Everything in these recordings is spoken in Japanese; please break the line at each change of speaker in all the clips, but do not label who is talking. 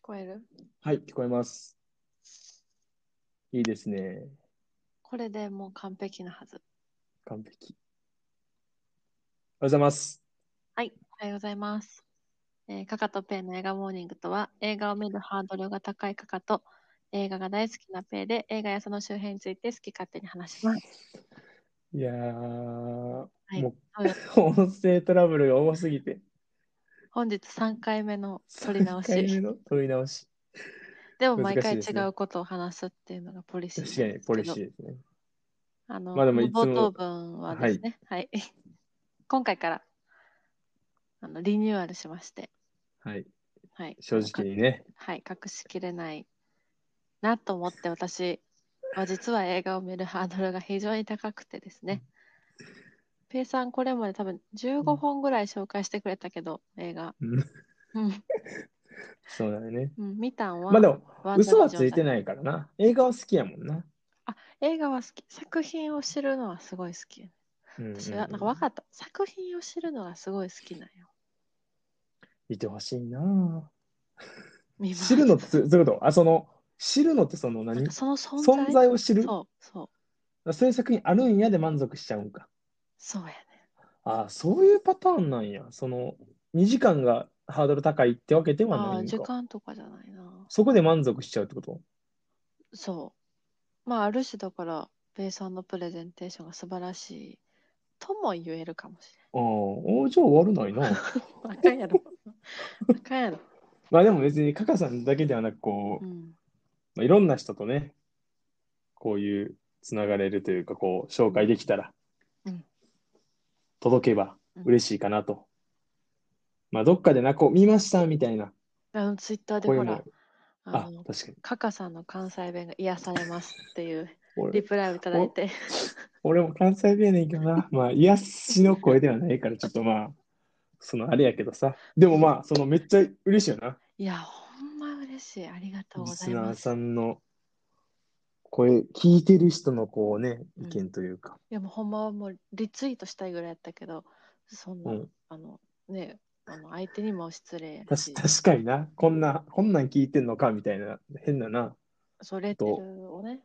こえる
はい、聞こえます。いいですね。
これでもう完璧なはず。
完璧。おはようございます。
はい、おはようございます。えー、カカとペイの映画モーニングとは、映画を見るハードルが高いカカと、映画が大好きなペイで、映画やその周辺について好き勝手に話します。
いやー、
はい
も
そうです
う音声トラブルが多すぎて、
本日3回目の撮り直
3回目
し。
の撮り直し。
でも毎回
難しい
違
ですね
うことを話すっていうのがポリシーなんです
確
けど。
かにポリシーですね。
あの、
まあでもいつも
冒頭文はですね、はい。 今回から、あの、リニューアルしまして、
はい、
はい。
正直にね。
はい、隠しきれないなと思って私は実は映画を見るハードルが非常に高くてですね。ペイさんこれまで多分15本ぐらい紹介してくれたけど、映画。
うん
うん、
そうだよね。
うん、見たんは、
まあでも、
ワンダビジョ
嘘
ン
はついてないからな。映画は好きやもんな。
映画は好き。作品を知るのはすごい好き。
うんうんうん
私は、なんか分かった。作品を知るのがすごい好きなんよ。
見てほしいな
見ます
知るのって、そういうことあ、その、知るのってその
なん
何
かその存在
存在を知る
そう、そう、
そういう作品あるんやで満足しちゃうんか。
そうやね。
ああ、そういうパターンなんや。その、2時間がハードル高いってわけでは
あ
な
あ、
いん
時
か。
間とかじゃないな。
そこで満足しちゃうってこと
そう。まあ、ある種だから、ベイさんのプレゼンテーションが素晴らしいとも言えるかもし
ああ、おじゃあ終わるないな。
れない。あかんやろ。あかんやろ。
まあでも別にカカさんだけではなく、こ
う
う、
ん。
まあ、いろんな人とね、こういうつながれるというか、こう、紹介できたら
うん、
届けば嬉しいかなと。まあどっかでな、こう、見ましたみたいな
あの、ツイッターで
声
ほら
も、、
あ
あ、
の、
確かに。
カカさんの関西弁が癒されますっていうリ
俺
プライをいただいて、
俺も関西弁やねんけど な。まあ、癒やしの声ではないから、ちょっとまあ、そのあれやけどさ。でもまあ、そのめっちゃ嬉しいよな。
いや、ほんま嬉しい。ありがとう
リ
ござ
ス
い
ナ
ま
ー
す。
さ
い
んの声、聞いてる人のこうね、
うん
意見というか。
や、もうほんまはもうリツイートしたいぐらいやったけど、そん
う
な、
ん。
あの、ね、あの相手にも失礼や
たし
し、
確かにな。こんな、こんなん聞いてんのかみたいな、変なな。
そう、レッテルをね、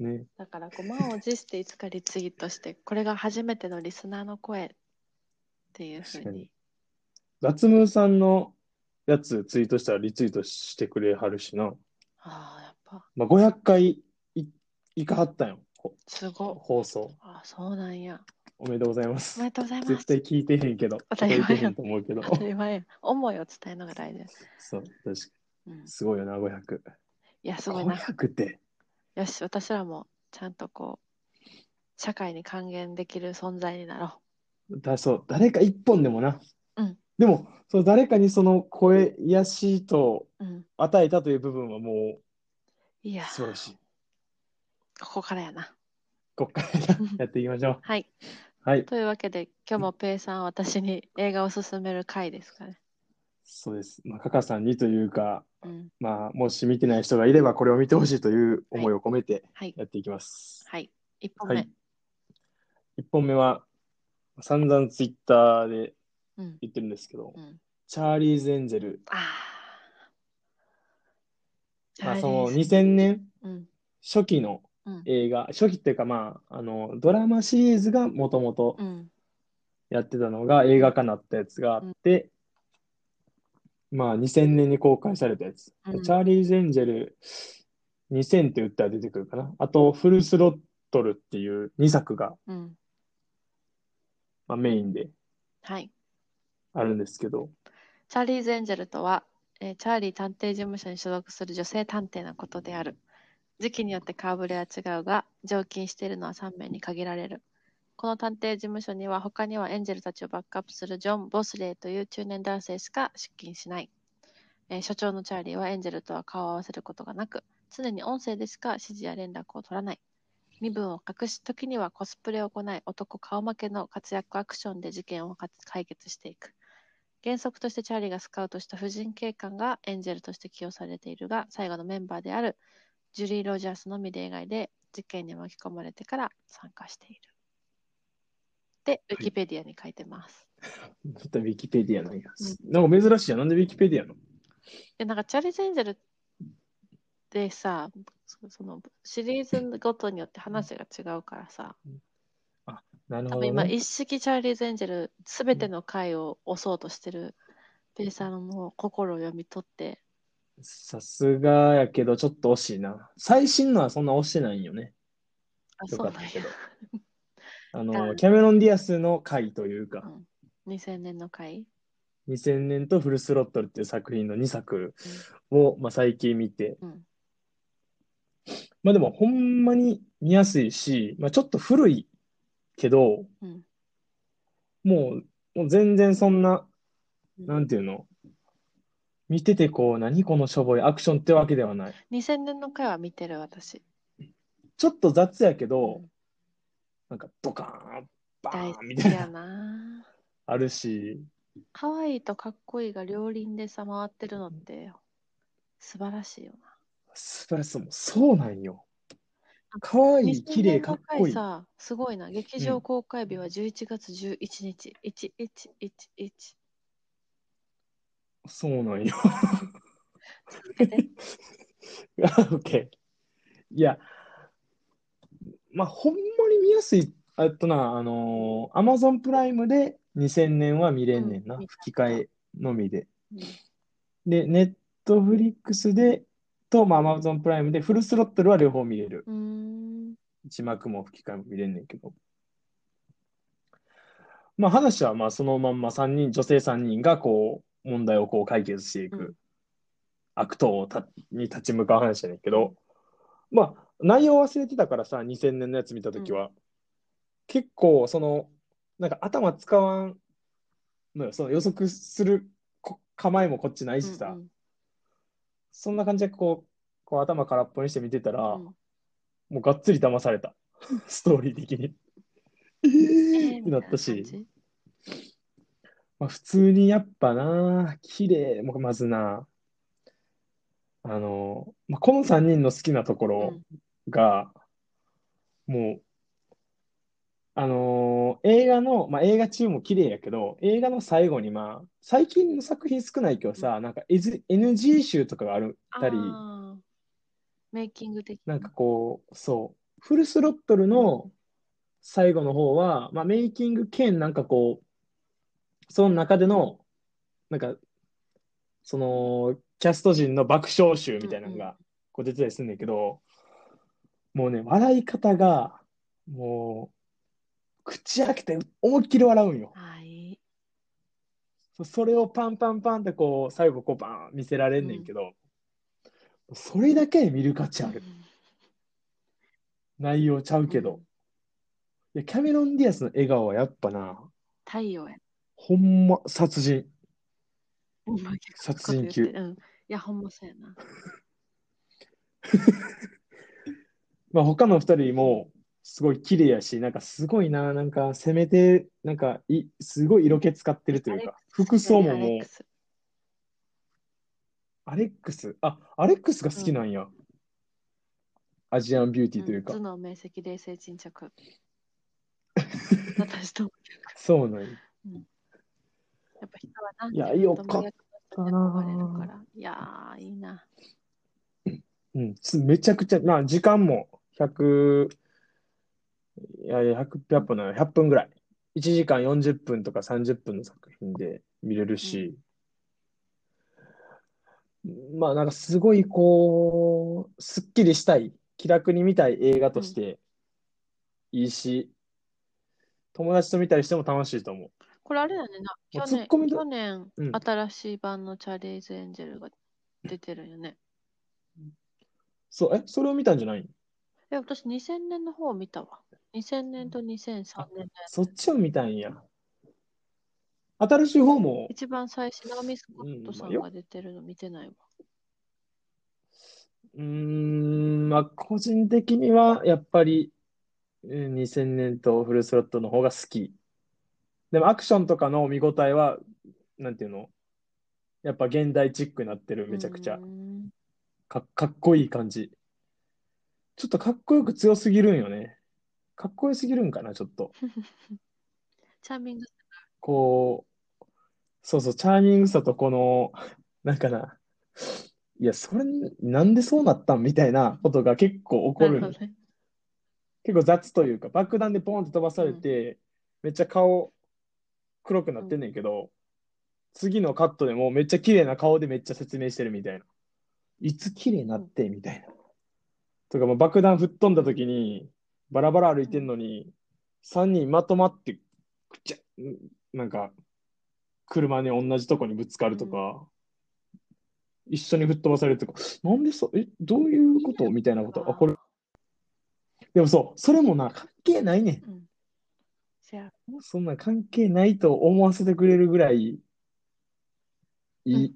ね。
だからこう満を持していつかリツイートしてこれが初めてのリスナーの声っていうふう
確か
に
に脱毛さんのやつツイートしたらリツイートしてくれはるしな。
ああやっぱ
まあ、500回いいかはったんよ。ほ
すご
放送。
いああそうなんや
おめでとうございます
おめ。でとうございま
絶
す
対聞いてへんけど、
当たり前や
聞いてへんと思うけど。
当たり前や思いを伝えるのが大事です、
そう、確かに。
うん、い
すごいよな、500。
やすごいな
500って。
よし私らもちゃんとこう社会に還元できる存在になろ
だそう、誰か一本でもな。
うん
でも、その誰かにその声癒やしと
う、うん、
与えたという部分はも
いうや
素晴らしい。
ここからやな
こっから なやっていきましょう。
はい
はい、
というわけで今日もペイさんは私に映画を勧める回ですかね
そうです。まあ、カカさんにというか、
うん
まあ、もし見てない人がいれば、これを見てほしいという思いを込めて
はい
やっていきます。
はい一本
は
目、
い。1本目は、散々ツイッターで
うん
言ってるんですけど、
うん
チャーリーズ・エンジェル。
ああ。
まあ、その
チャーリーズ
2000年
うん。
初期の
うん
映画、初期っていうか、まあ、あのドラマシリーズがもともと
うん。
やってたのが映画化なったやつがあって、まあ、2000年に公開されたやつ。
うん
チャーリーズ・エンジェル2000って打ったら出てくるかな。あと、フルスロットルっていう2作が、
うん。
まあ、メインで
はい。
あるんですけど、
チャーリーズ・エンジェルとは、えーチャーリー探偵事務所に所属する女性探偵のことである。時期によって顔ぶれは違うが、常勤しているのは3名に限られる。この探偵事務所には他にはエンジェルたちをバックアップするジョン・ボスレイという中年男性しか出勤しない。えー所長のチャーリーはエンジェルとは顔を合わせることがなく、常に音声でしか指示や連絡を取らない。身分を隠し、時にはコスプレを行い、男顔負けの活躍アクションで事件をかつ解決していく。原則としてチャーリーがスカウトした婦人警官がエンジェルとして起用されているが、最後のメンバーであるジュリー・ロジャースのみ例外で事件に巻き込まれてから参加している。で、ウィキペディアに書いてます。
またウィキペディアなんや。なんか珍しいやん。なんでウィキペディアなの
でなんかチャーリーズ・エンジェルってさそそのシリーズごとによって話が違うからさ
なる
多分
ほど、
今
ね。
一式チャーリーズ・エンジェル全ての回を押そうとしてるペーサーのもう心を読み取って
さすがやけど、ちょっと惜しいな。最新のはそんな惜してないんよね。
あ
よ
そ
か
う
っ
なん
た
や
けど。あ
だ
の、キャメロン・ディアスの回というか、
2000年の回
2000年とフルスロットルっていう作品の2作を、まあ、最近見て、
うん
まあでもほんまに見やすいし、まあ、ちょっと古いけど、
うん
もう、もう全然そんな、
うん
なんていうの、見ててこう、何このしょぼいアクションってわけではない。
2000年の回は見てる私
ちょっと雑やけ
う
ど
ん、
なんかドカーン、バ
大
ーン
好
み
き
たいな、
やな
あるし、
可愛いとかっこいいが両輪でさ回ってるのって素晴らしいよな
素晴らしい。もうそうなんよ。かわいい、綺麗、かっこ
2000年の回
いい。
さすごいな劇場公開日は11月11日、1111
そうなんよ。
続けて
OK。いや、まあ、ほんまに見やすい。あとな、あのー、Amazon プライムで2000年は見れんねんな。
うん見た
吹き替えのみで。
うん
で、Netflix で、と、まあ、Amazon プライムで、フルスロットルは両方見れる。
うーん
字幕も吹き替えも見れんねんけど。まあ、話は、まあ、そのまんま3人、女性3人が、こう、問題をこう解決していく。
うん
悪党をたに立ち向かう話やねんけど、まあ、内容忘れてたからさ、2000年のやつ見たときは、結構、その、なんか頭使わんのよ、その予測するこ構えもこっちないしさ、
うんうん
そんな感じでこう、こう頭空っぽにして見てたら、
うん
もうがっつり騙された、 ストーリー的に。え
え
ー
ー
ってなった
みたい
し、
な感じ
まあ、普通にやっぱな、綺麗、もうまずな、あの、まあ、この3人の好きなところ、
うん
が、もう、あのー映画の、まあ、映画中も綺麗やけど、映画の最後に、まあ、最近の作品少ないけどさ、なんか、S、NG 集とかがあるったり、
あーメイキング的
なんかこう、そう、フルスロットルの最後の方は、まあ、メイキング兼、なんかこう、その中での、なんか、その、キャスト陣の爆笑集みたいなの
うんう
が、こう出てたりするんだけど、もうね、笑い方が、もう、口開けて思いっきり笑うんよ。
はい
そそれをパンパンパンってこう、最後こうバーン見せられんねんけど、それだけで見る価値ある。内容ちゃうけど。いや、キャメロン・ディアスの笑顔はやっぱな、
太陽や
ほんま殺人。
ほんまに
殺人級
こうやって言ってうん、いやほんまそうやな
まあ他の二人もすごい綺麗やし、なんかすごいな、なんか攻めて、なんかい、すごい色気使ってるというか、服装も
アレ
も
ック
う、
ス
アレックス、あ、アレックスが好きなんや。アジアンビューティーというか
ん、。頭脳明晰冷静沈 着私と
そうなんや。
やっぱ人は何
いや
でも
よかっ
人に憧れるからいやーいいな
うん、すめちゃくちゃ、まあ時間も100、いやいや、100、100分なの、100分ぐらい。1時間40分とか30分の作品で見れるし、まあなんかすごいこう、すっきりしたい、気楽に見たい映画としていいし、友達と見たりしても楽しいと思う。
これあれだねな
も
去
うツッ
年
コミだ
去年、
うん
新しい版のチャーリーズ・エンジェルが出てるよね
そう、え、それを見たんじゃないの
え私2000年の方を見たわ2000年と2003年のやつ
そっちを見たんや。新しい方も、
一番最初ナオミ・スコットさんが出てるの見てないわ、
うーん、まあ、個人的にはやっぱりうん2000年とフルスロットの方が好き。でもアクションとかの見応えは、なんていうのやっぱ現代チックになってる、めちゃくちゃ
うー。ん
か、かっこいい感じ。ちょっとかっこよく強すぎるんよね。かっこよすぎるんかな、ちょっと。
チャーミング
こう、そうそう、チャーミングさとこの、なんかな、いや、それに、なんでそうなったんみたいなことが結構起こ
なる
るん
ほ
で
ど
す
ね。
結構雑というか爆弾でポンって飛ばされて、めっちゃ顔黒くなってんねんけど、次のカットでもめっちゃ綺麗な顔でめっちゃ説明してるみたいな。いつ綺麗になってみたいな。とか、まあ、爆弾吹っ飛んだ時にバラバラ歩いてんのに、3人まとまってくちゃんなんか車に同じとこにぶつかるとか、一緒に吹っ飛ばされるとかなんでそうえどういうことみたいなことあこれでもそう、それもな、関係ないね
うん。せや、
ん。そんな関係ないと思わせてくれるぐらい、いい。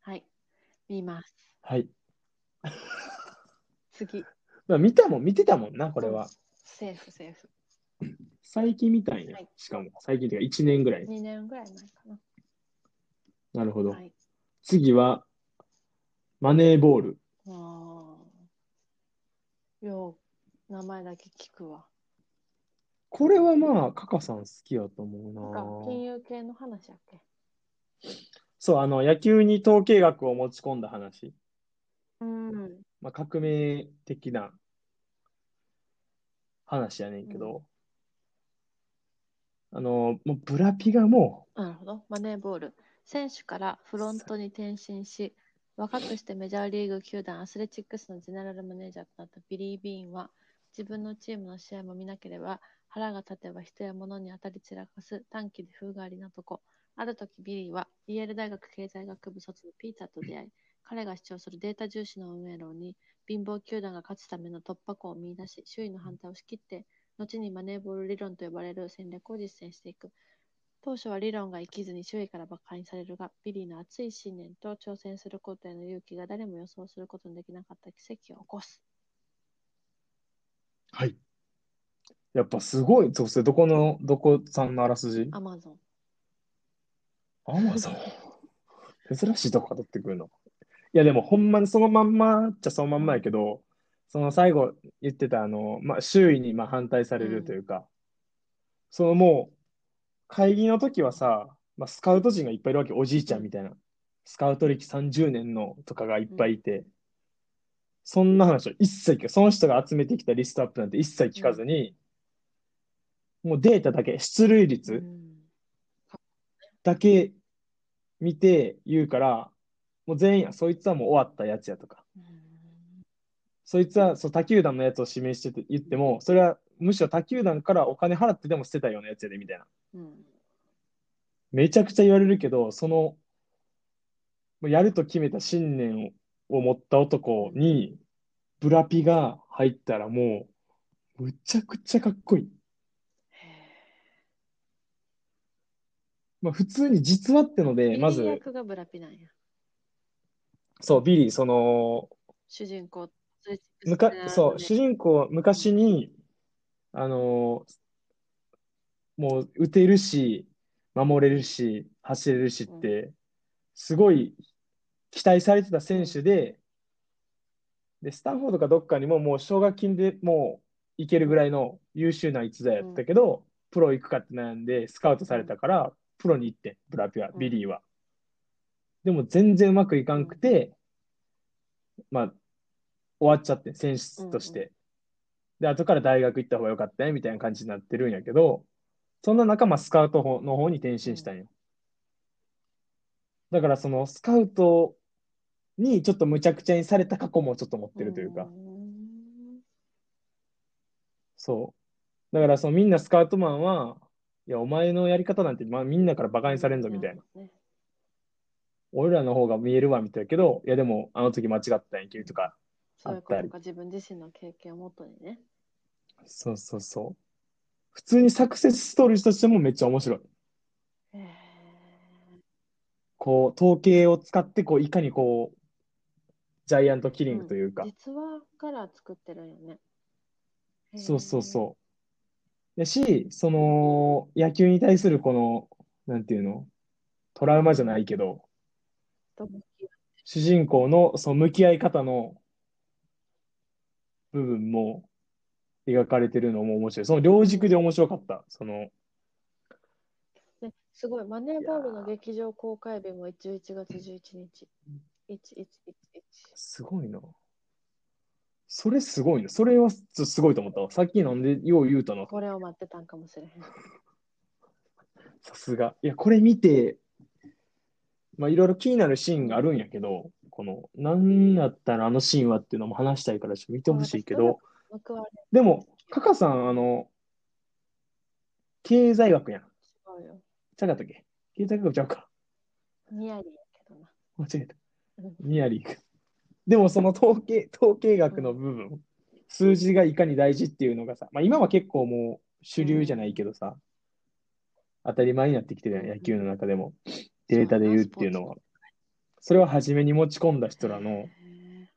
はい。見ます。
はい。
次。
まあ、見たもん、見てたもんな、これは。
セーフ、セーフ。
最近見たんや
はい。
しかも、最近っていうか1年ぐらい。
2年ぐらい前かな。
なるほど
は。い。
次は、マネーボール。
ああ。よう、名前だけ聞くわ。
これはまあ、カカさん好きやと
なんか
思う
金
な。
融系の話やっけ。
そう、あの、野球に統計学を持ち込んだ話。
うん。
まあ、革命的な話やねんけど、あの、もうブラピがも
なるほど。マネーボール。選手からフロントに転身し、若くしてメジャーリーグ球団アスレチックスのゼネラルマネージャーとなったビリー・ビーンは、自分のチームの試合も見なければ、腹が立てば人や物に当たり散らかす短気で風変わりな男。ある時ビリーは、イェール大学経済学部卒のピーターと出会い、彼が主張するデータ重視の運営論に、貧乏球団が勝つための突破口を見出し、周囲の反対を仕切って、後にマネーボール理論と呼ばれる戦略を実践していく。当初は理論が生きずに周囲から馬鹿にされるが、ビリーの熱い信念と挑戦することへの勇気が誰も予想することのできなかった奇跡を起こす。
う、はい。やっぱすごい、そうそれどこの、どこさんのあらすじ
アマゾン。
アマゾン。珍しいとこ取ってくるの。いや、でもほんまにそのまんまっちゃそのまんまやけど、その最後言ってた、あの、まあ、周囲にまあ反対されるというか、そのもう、会議の時はさ、まあ、スカウト陣がいっぱいいるわけ、おじいちゃんみたいな。スカウト歴30年のとかがいっぱいいて、そんな話を一切聞かその人が集めてきたリストアップなんて一切聞かずに、もうデータだけ、出塁率、
うん
だけ見て言うから、もう全員、そいつはもう終わったやつやとか、
うん
そいつはそう他球団のやつを指名してて言っても、それはむしろ他球団からお金払ってでも捨てたようなやつやでみたいな。
うん
めちゃくちゃ言われるけど、その、もうやると決めた信念を持った男に、ブラピが入ったらもう、むちゃくちゃかっこいい。
へ
まあ普通に実話って
ー
の
ビ
で、
リ
まず
ー、役がブラピなんや。
そう、ビリー、その、
主人公。
むか、そう、主人公は昔に、あのーもう打てるし、守れるし、走れるしって、すごい期待されてた選手で、で、スタンフォードかどっかにももう奨学金でもういけるぐらいの優秀な逸材やったけど、プロ行くかって悩んで、スカウトされたから、プロに行って、ブラピは、
うん
ビリーは。でも全然うまくいかんくて、まあ、終わっちゃって、選手として。で、後から大学行った方が良かったね、みたいな感じになってるんやけど、そんな中、まあ、スカウトの方に転身したんよ。だから、その、スカウトにちょっと無茶苦茶にされた過去もちょっと持ってるというか、
ん
そう。だから、その、みんなスカウトマンは、いや、お前のやり方なんて、まあ、みんなから馬鹿にされんぞ、みたいな。。
うん
俺らの方が見えるわ、みたいなけど、いや、でも、あの時間違ったんやけ、とか。
そういうことか、自分自身の経験をもとにね。
そうそうそう。普通にサクセスストーリーとしてもめっちゃ面白い。
へー
こう、統計を使って、こう、いかにこう、ジャイアントキリングというか、
実話から作ってるよね。へー
そうそうそう。やし、その、野球に対するこの、なんていうの、トラウマじゃないけど、
どうも
主人公のその向き合い方の部分も描かれてるのも面白い。その両軸で面白かった。その、
ね、すごい、マネーボールの劇場公開日も11月11日。 1111。
すごいな。それすごいな。それはすすごいと思ったわ。さっきなんでよう言うたの。
これを待ってたんかもしれへん。
さすが。いや、これ見て、まあ、いろいろ気になるシーンがあるんやけど、この、なんやったらあのシーンはっていうのも話したいから、ちょっと見てほしいけど、
報われ
でも、カカさん、あの、経済学やん。
違うよ。
ちゃうかったっけ経済学ちゃうか。
ニアリーやけどな。
間違えた
うん。
ニアリーか。でも、その統計、統計学の部分、数字がいかに大事っていうのがさ、まあ、今は結構もう主流じゃないけどさ、当たり前になってきてるやん、野球の中でも。データで言うっていうのは。それは初めに持ち込んだ人らの
へ、え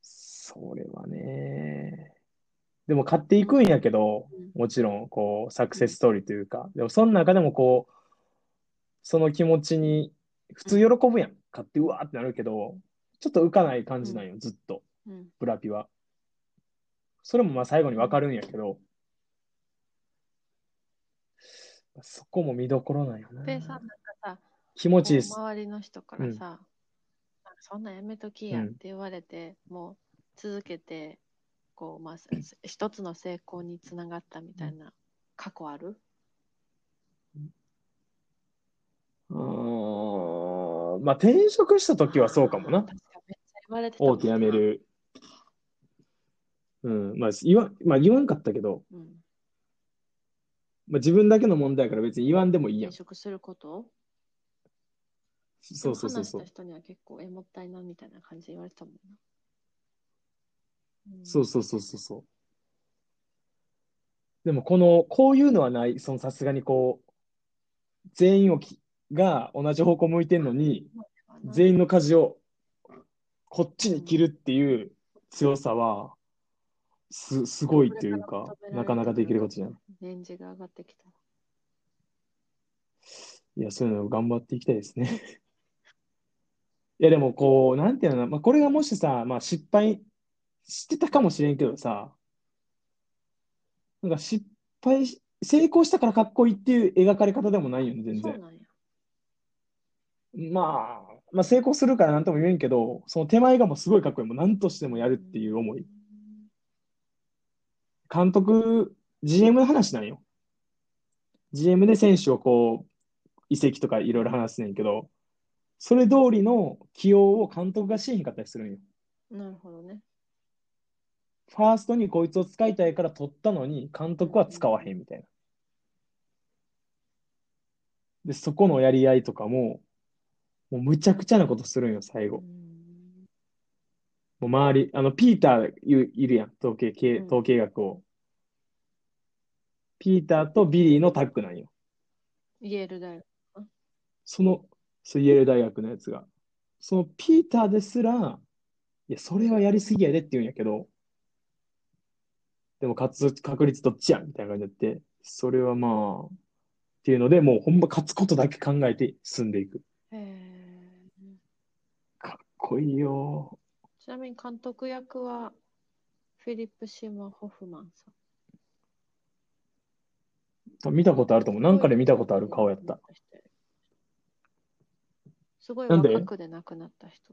それはね。でも買っていくんやけど、
うん
もちろん、こう、サクセスストーリーというか、でも、その中でも、こう、その気持ちに、普通喜ぶやん。買って、うわーってなるけど、ちょっと浮かない感じなんよ、ずっと、
うん。
ブラピは。それも、まあ、最後にわかるんやけど、そこも見どころなんよな。
でさ、なんかさ、
気持
こ
ちいいです
う。周りの人からさ、なんかそんなんやめときやっ
うん
て言われて、もう続けて、こう、まあ、す一つの成功につながったみたいな過去ある
うーんまあ、転職した時はそうかもな
確。かめっちゃ言われてたもん
大手辞め。る。うん。まあ、言わん、まあ、言わんかったけど、
うん。
まあ、自分だけの問題やから別に言わんでもいいや
転
ん。
職すること
そうそうそうそう
話し。た人には結構、え、もったいなみたいな感じで言われてたもんな。ん
そうそうそうそうそう。でも、この、こういうのはない、そのさすがにこう、全員をき、が同じ方向向いてんのに、全員の舵をこっちに切るっていう強さは、す、すごいっていうか、なかなかできることじゃない。
年次が上がってきた。
いや、そういうのを頑張っていきたいですね。 いや、でもこう、なんていうのかな、まあ、これがもしさ、まあ、失敗してたかもしれんけどさ、なんか失敗し、成功したからかっこいいっていう描かれ方でもないよね、全
そう
然。
なんや。
まあ、まあ、成功するからなんとも言えんけど、その手前がもうすごいかっこいい、もう何としてもやるっていう思い。監督、GM の話なんよ。GM で選手をこう、移籍とかいろいろ話すねんけど、それ通りの起用を監督がしへんかったりするんよ。
なるほどね。
ファーストにこいつを使いたいから取ったのに、監督は使わへんみたいな。で、そこのやり合いとかも、もうむちゃくちゃなことするんよ、最後。
う
も
ん
う周り、あの、ピーターいいるやん、統計系、
うん
統計学を。ピーターとビリーのタッグなんよ。
イエールだよ。
その、そうイェール大学のやつが。そのピーターですら、いや、それはやりすぎやでって言うんやけど、でも勝つ確率どっちやみたいな感じになって、それはまあ、っていうので、もうほんま勝つことだけ考えて進んでいく。
へー
かっこいいよ。
ちなみに監督役はフィリップ・シーモア・ホフマンさん。
多分見たことあると思う。なんかで見たことある顔やった。。
すごい
なんで
若くで亡くなった人。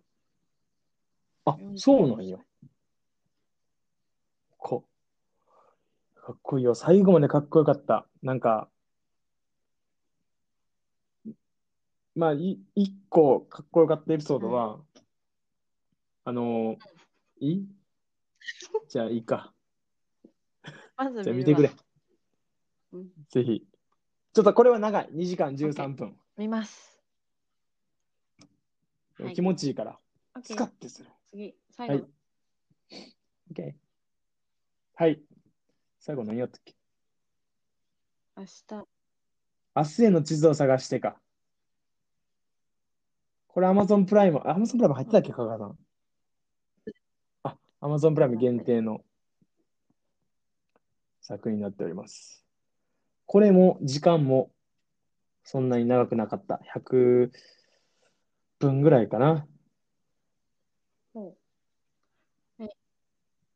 あ、そうなんや。こかっこいいよ。最後までかっこよかった。なんか、まあ、い、一個かっこよかったエピソードは、あの、いいじゃあいい か。
まず
じゃあ見
見
て
る
く
わ
れ。
うん
ぜひ。ちょっとこれは長い。2時間13分。
見ます。
でも気持ちいいから、
オッケ
スカッ
ー。
てする。
次、最
は
後
い
の。。
OK。はい。最後何やったっけ
明日。
明日への地図を探してか。これ Amazon プライム、あ Amazon プライム入ってたっけ、香川さん。あ、Amazon プライム限定の作品になっております。これも時間もそんなに長くなかった。100分ぐらいかな。
も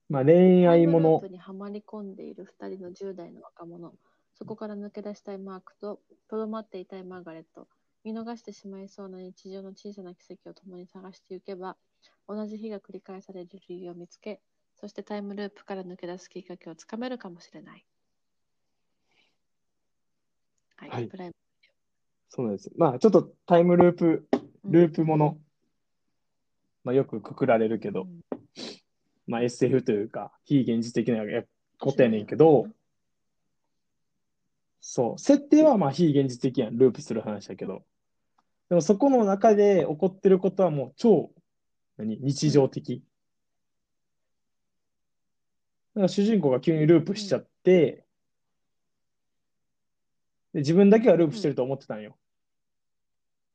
まあ恋
う
愛
グ
も
ルー
の
プ。にはまり込んでいる2人の10代の若者そこから抜け出したいマークととどまっていたいマーガレット見逃してしまいそうな日常の小さな奇跡を共に探していけば、同じ日が繰り返される理由を見つけ、そしてタイムループから抜け出すきっかけをつかめるかもしれない。はい。
はい
プライム
そうなんです。まあ、ちょっとタイムループ、ループもの、
うん
まあ、よくくくられるけど、
うん
まあ、SF というか、非現実的なことやねんけど、そう、設定はまあ非現実的やん、ループする話だけど、でもそこの中で起こってることはもう超、何、日常的。だから主人公が急にループしちゃって、で自分だけはループしてると思ってたんよ。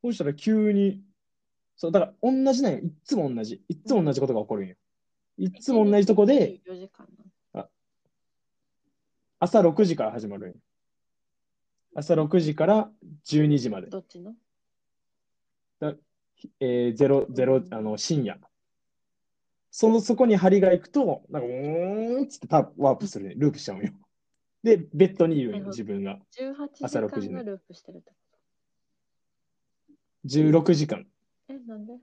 そうしたら急に、そう、だから同じなんよ。いっつも同じ。いっつも同じことが起こるんよ。いっつも同じとこで、。
24時間な
朝6時から始まるんよ朝6時から12時まで
の。どっちの
えー、ゼロ、ゼロ、あの、深夜。その、そこに針が行くと、なんか、うーんっつってタープワープするね。ループしちゃうんよ。で、ベッドにいるんよ、自分が。
?18 時
朝6時
間
ね
がループしてるってこ
16時間。
と。え、なんで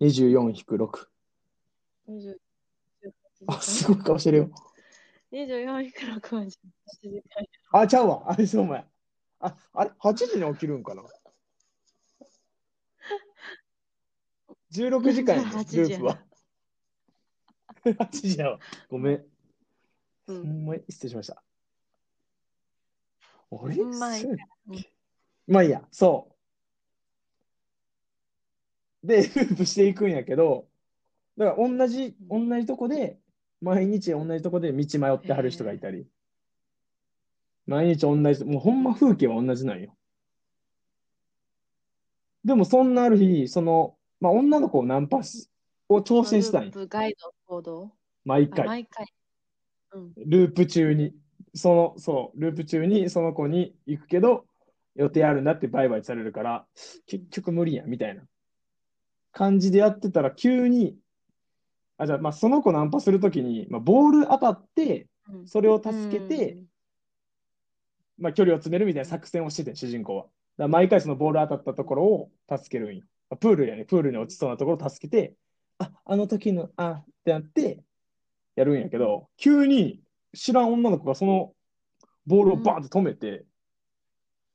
24-6。
?20
あ、すごい顔してるよ。
24いくらかは18時間。
あ、ちゃうわ。あれ、そうお前。あ、あれ、8時に起きるんかな ?16 時間やね、
8時や
ループは。8時やわ。ごめん。
う
ほ
ん。
んまに失礼しました。あ
ほ
れ
んまいい
そうやっけ
うん
まあいいや、そう。で、ループしていくんやけど、だから同じ、同じとこで、毎日同じとこで道迷ってはる人がいたり、毎日同じ、もうほんま風景は同じなんよ。でもそんなある日、その、まあ女の子をナンパしを挑戦した
ル
ん
ー
よ、
プガイド行動
毎
あ
回。
毎回。うん。
ループ中に、その、そう、ループ中にその子に行くけど、予定あるんだってバイバイされるから、結局無理やん、みたいな感じでやってたら、急に、あ、じゃあ、まあ、その子ナンパするときに、まあ、ボール当たって、
うん
それを助けて、、まあ、距離を詰めるみたいな作戦をしてて、主人公は。だから毎回そのボール当たったところを助けるんよ。あプールやね、プールに落ちそうなところを助けて、あ、あの時の、あ、ってなって、やるんやけど、急に知らん女の子がそのボールをバーンって止めて、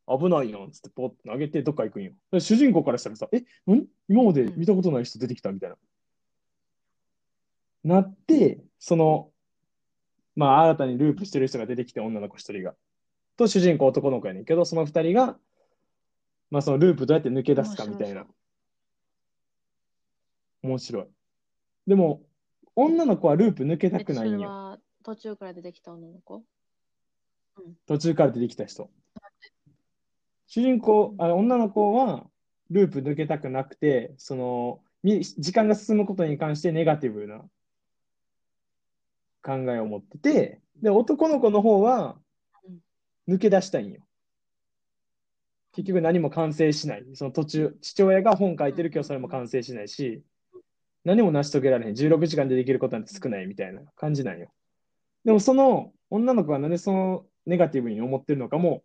危ないやんっつってポッて投げてどっか行くんよ。で主人公からしたらさ、え、何今まで見たことない人出てきたみたいな。なって、その、まあ新たにループしてる人が出てきて、女の子一人が。と主人公男の子やねんけど、その二人が、まあそのループどうやって抜け出すかみたいな。面白い。でも、女の子はループ抜けた
え
く
そ
ない
れ
んよ。
は途中から出てきた女の子
途中から出てきた人。主人公、あの女の子はループ抜けたくなくて、その、み時間が進むことに関してネガティブな考えを持ってて、で、男の子の方は
うん
抜け出したいんよ。結局何も完成しない。その途中、父親が本書いてるけどそれも完成しないし、何も成し遂げられへん。16時間でできることなんて少ないみたいな感じなんよ。でもその女の子がなんでそのネガティブに思ってるのかも、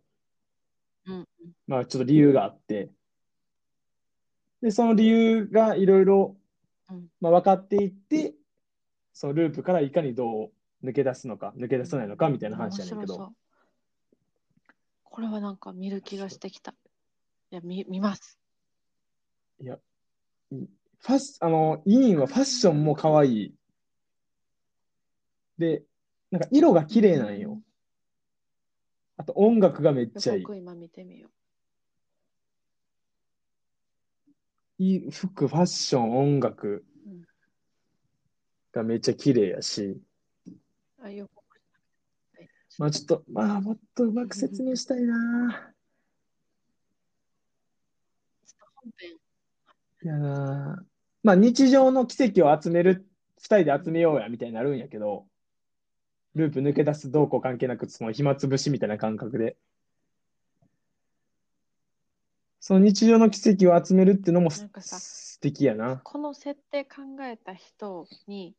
うん
まあちょっと理由があって、で、その理由がいろいろ
うん、
まあ、分かっていって、そのループからいかにどう抜け出すのか、抜け出さないのかみたいな話やねんけ
面白
ど、
そうこれはなんか見る気がしてきた。いや、見見ます。
ファッシあの、委員はファッションも可愛い。で、なんか色が綺麗なんよ。あと音楽がめっ
予
ちゃいい。
告今見てみよ
いい服、ファッション、音楽
うん
がめっちゃ綺麗やし、
う。あ予告
まあちょっと、まあもっとうまく説明したいな。
本編
いやなまあ日常の奇跡を集める、二人で集めようやみたいになるんやけど、ループ抜け出すどうこう関係なく、その暇つぶしみたいな感覚で。その日常の奇跡を集めるってのもす
なんかさ
素敵やな。
この設定考えた人に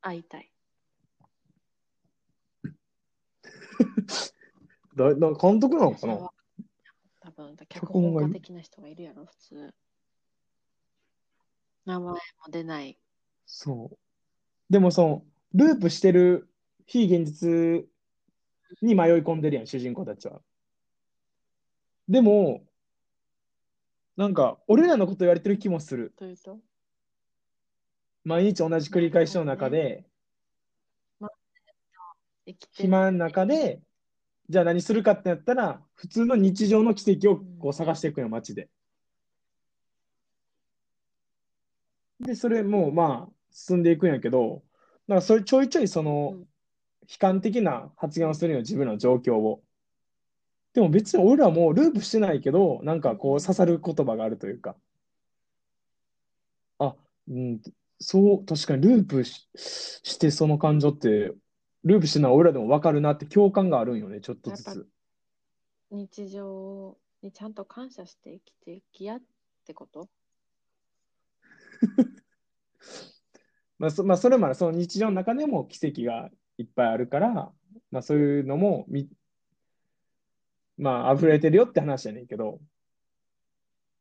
会いたい。
だ、だ監督なのか
それ
な
は多分、脚
脚本
本
がい
家
る
的な人がいるやろ、普通。名前も出ない。
そう。でもその、ループしてる非現実に迷い込んでるやん、主人公たちは。でも、なんか、俺らのこと言われてる気もする。
というと、
毎日同じ繰り返しの中で、
生きてる
暇の中で、じゃあ何するかってなったら、普通の日常の奇跡をこう探していくよ、街で。で、それもうまあ、進んでいくんやけど、なんかそれちょいちょいその、悲観的な発言をするよ、自分の状況を。でも別に俺らもループしてないけど、なんかこう刺さる言葉があるというか。あ、うん、そう、確かにループし、してその感情って、ループしてるのは俺らでも分かるなって共感があるんよね、ちょっとず
やっぱ
つ。
日常にちゃんと感謝して生きていきやってこと
まあそ、まあ、それまでその日常の中でも奇跡がいっぱいあるから、まあ、そういうのもみ、まあ、溢れてるよって話やねんけど、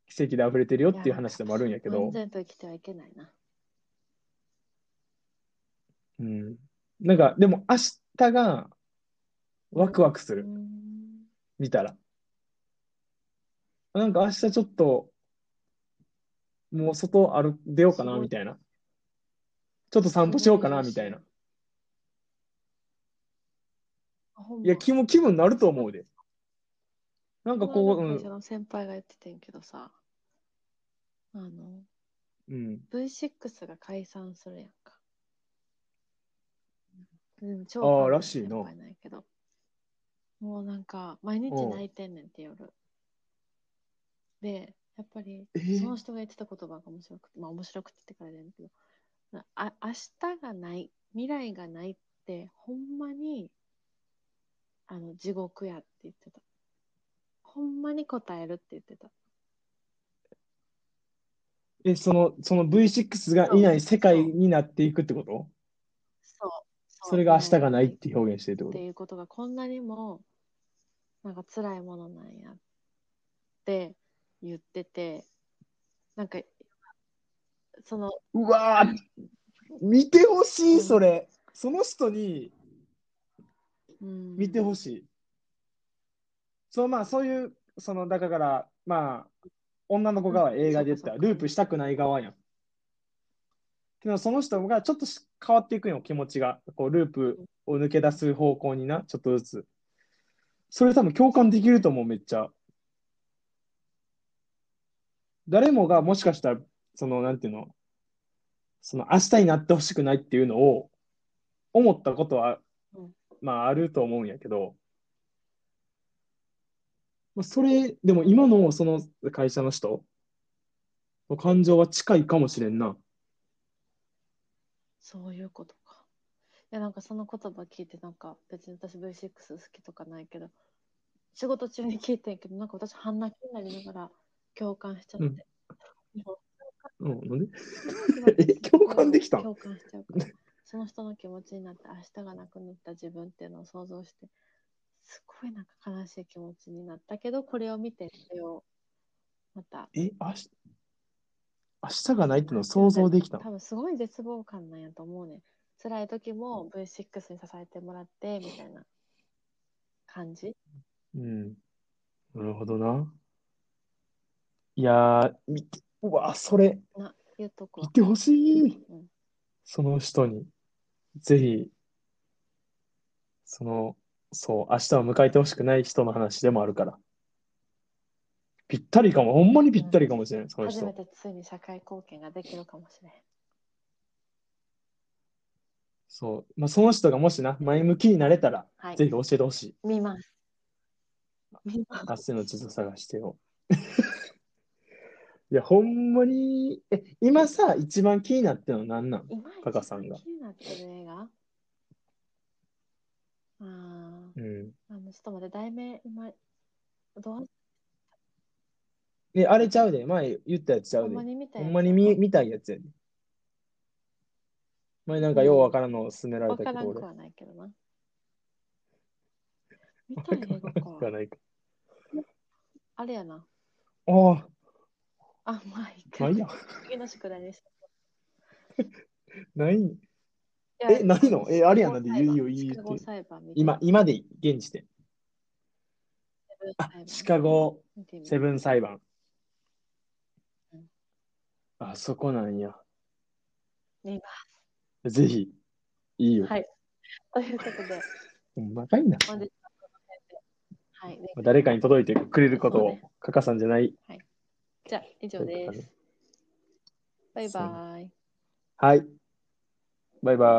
奇跡で溢れてるよっていう話でもあるんやけど
安、全と生きてはいけないな。
うん。なんか、でも明日がワクワクす
う
る、
ん
見たら。なんか明日ちょっと、もう外歩、出ようかな、みたいな。ちょっと散歩しようかな、みたいな。
あほんま
いや、気も気分になると思うで。なんか
こ
こう、
の間
う
会社
ん、
の先輩が言っててんけどさ、あの、
うん。
V6 が解散するやんか。うん、超
あー
ファン
らしいな
先輩なんやけど。もうなんか、毎日
うん
泣いてんねんって夜。で、やっぱり、
え
その人が言ってた言葉が面白くて、まあ面白くてってからじゃないけど、なあ明日がない、未来がないって、ほんまに、あの、地獄やって言ってた。ほんまに答えるって言ってた。
え、その、その V6 がいない世界になっていくってこと
そう。う
それが明日がないって表現してるって
っ
こ
て
と
いうことがこんなにもなんか辛いものなんやって言っててなんかその
うわー見てほしい、それ。その人に
うん
見てほしい。そう、まあ、そういう、その、だから、まあ、女の子側は映画で言ったら、
そうかそうか
ループしたくない側やん。けど、その人がちょっとし変わっていくんよ、気持ちが。こう、ループを抜け出す方向にな、ちょっとずつ。それ多分共感できると思う、めっちゃ。誰もがもしかしたら、その、なんていうの、その、明日になってほしくないっていうのを、思ったことは
うん、
まあ、あると思うんやけど、まあ、それ、でも今のその会社の人の感情は近いかもしれんな。
そういうことかいやなんかその言葉聞いてなんか別に私 V6 好きとかないけど仕事中に聞いてんけどなんか私半泣きになりながら共感しちゃって、
うんうん、なんで
え
え共感できたの
共感しちゃうから。その人の気持ちになって、明日がなくなった自分っていうのを想像して、すごいなんか悲しい気持ちになったけど、これを見て、それをまた、
え、明日、明日がないってのを想像できたの
多分すごい絶望感なんやと思うね。辛い時も V6 に支えてもらって、みたいな感じ。
うん。なるほどな。いやー、見て、うわ、それ、
な、言うとこ
見。てほしい。
うん
その人に、ぜひ、その、そう、明日を迎えてほしくない人の話でもあるから。ぴったりかも、ほんまにぴったりかもしれない、その
初
人
め。てついに社会貢献ができるかもしれん。
そう。まあ、その人がもしな、前向きになれたら、
はい
ぜ。ひ教えてほしい。
見 ます。見ます。
達成の地図探してよ。 いや、ほんまに、え、今さ、一番気になってるのなんなん
今一
タカさんが
番気になってる映画あ
うん。
ーあの、ちょっと待って、題名、今、どう
え、あれちゃうで、前言ったやつちゃ
ほ
うんで
ま。に見た
ほ
やつ
んまに見、見たいやつやで。前なんかようわからんの勧められ
わ
たけ
から
ど、
ん
俺
く。はないけどな。見たい映画か。
がないか。
あれやな。
ああ、
あ、まあいいか。
まあいいや。
次の宿題です。
ない。
い
えないのえあれやなで言うよ言うよ
シカゴ裁判みたいな
今、今でいい現時点。あ、シ
シ
カ
カゴ裁
ゴ
判見てみる
セブン裁判
うん。
あ、そこなんや。
見
ぜひ。いいよ。
はい。ということで、
ほんまかいな。
本日はこの辺で。はい。で
誰かに届いてくれること
そう
を
ね
書かさんじゃない。
じゃあ、以上です。バイバイ。
はい。バイバイ。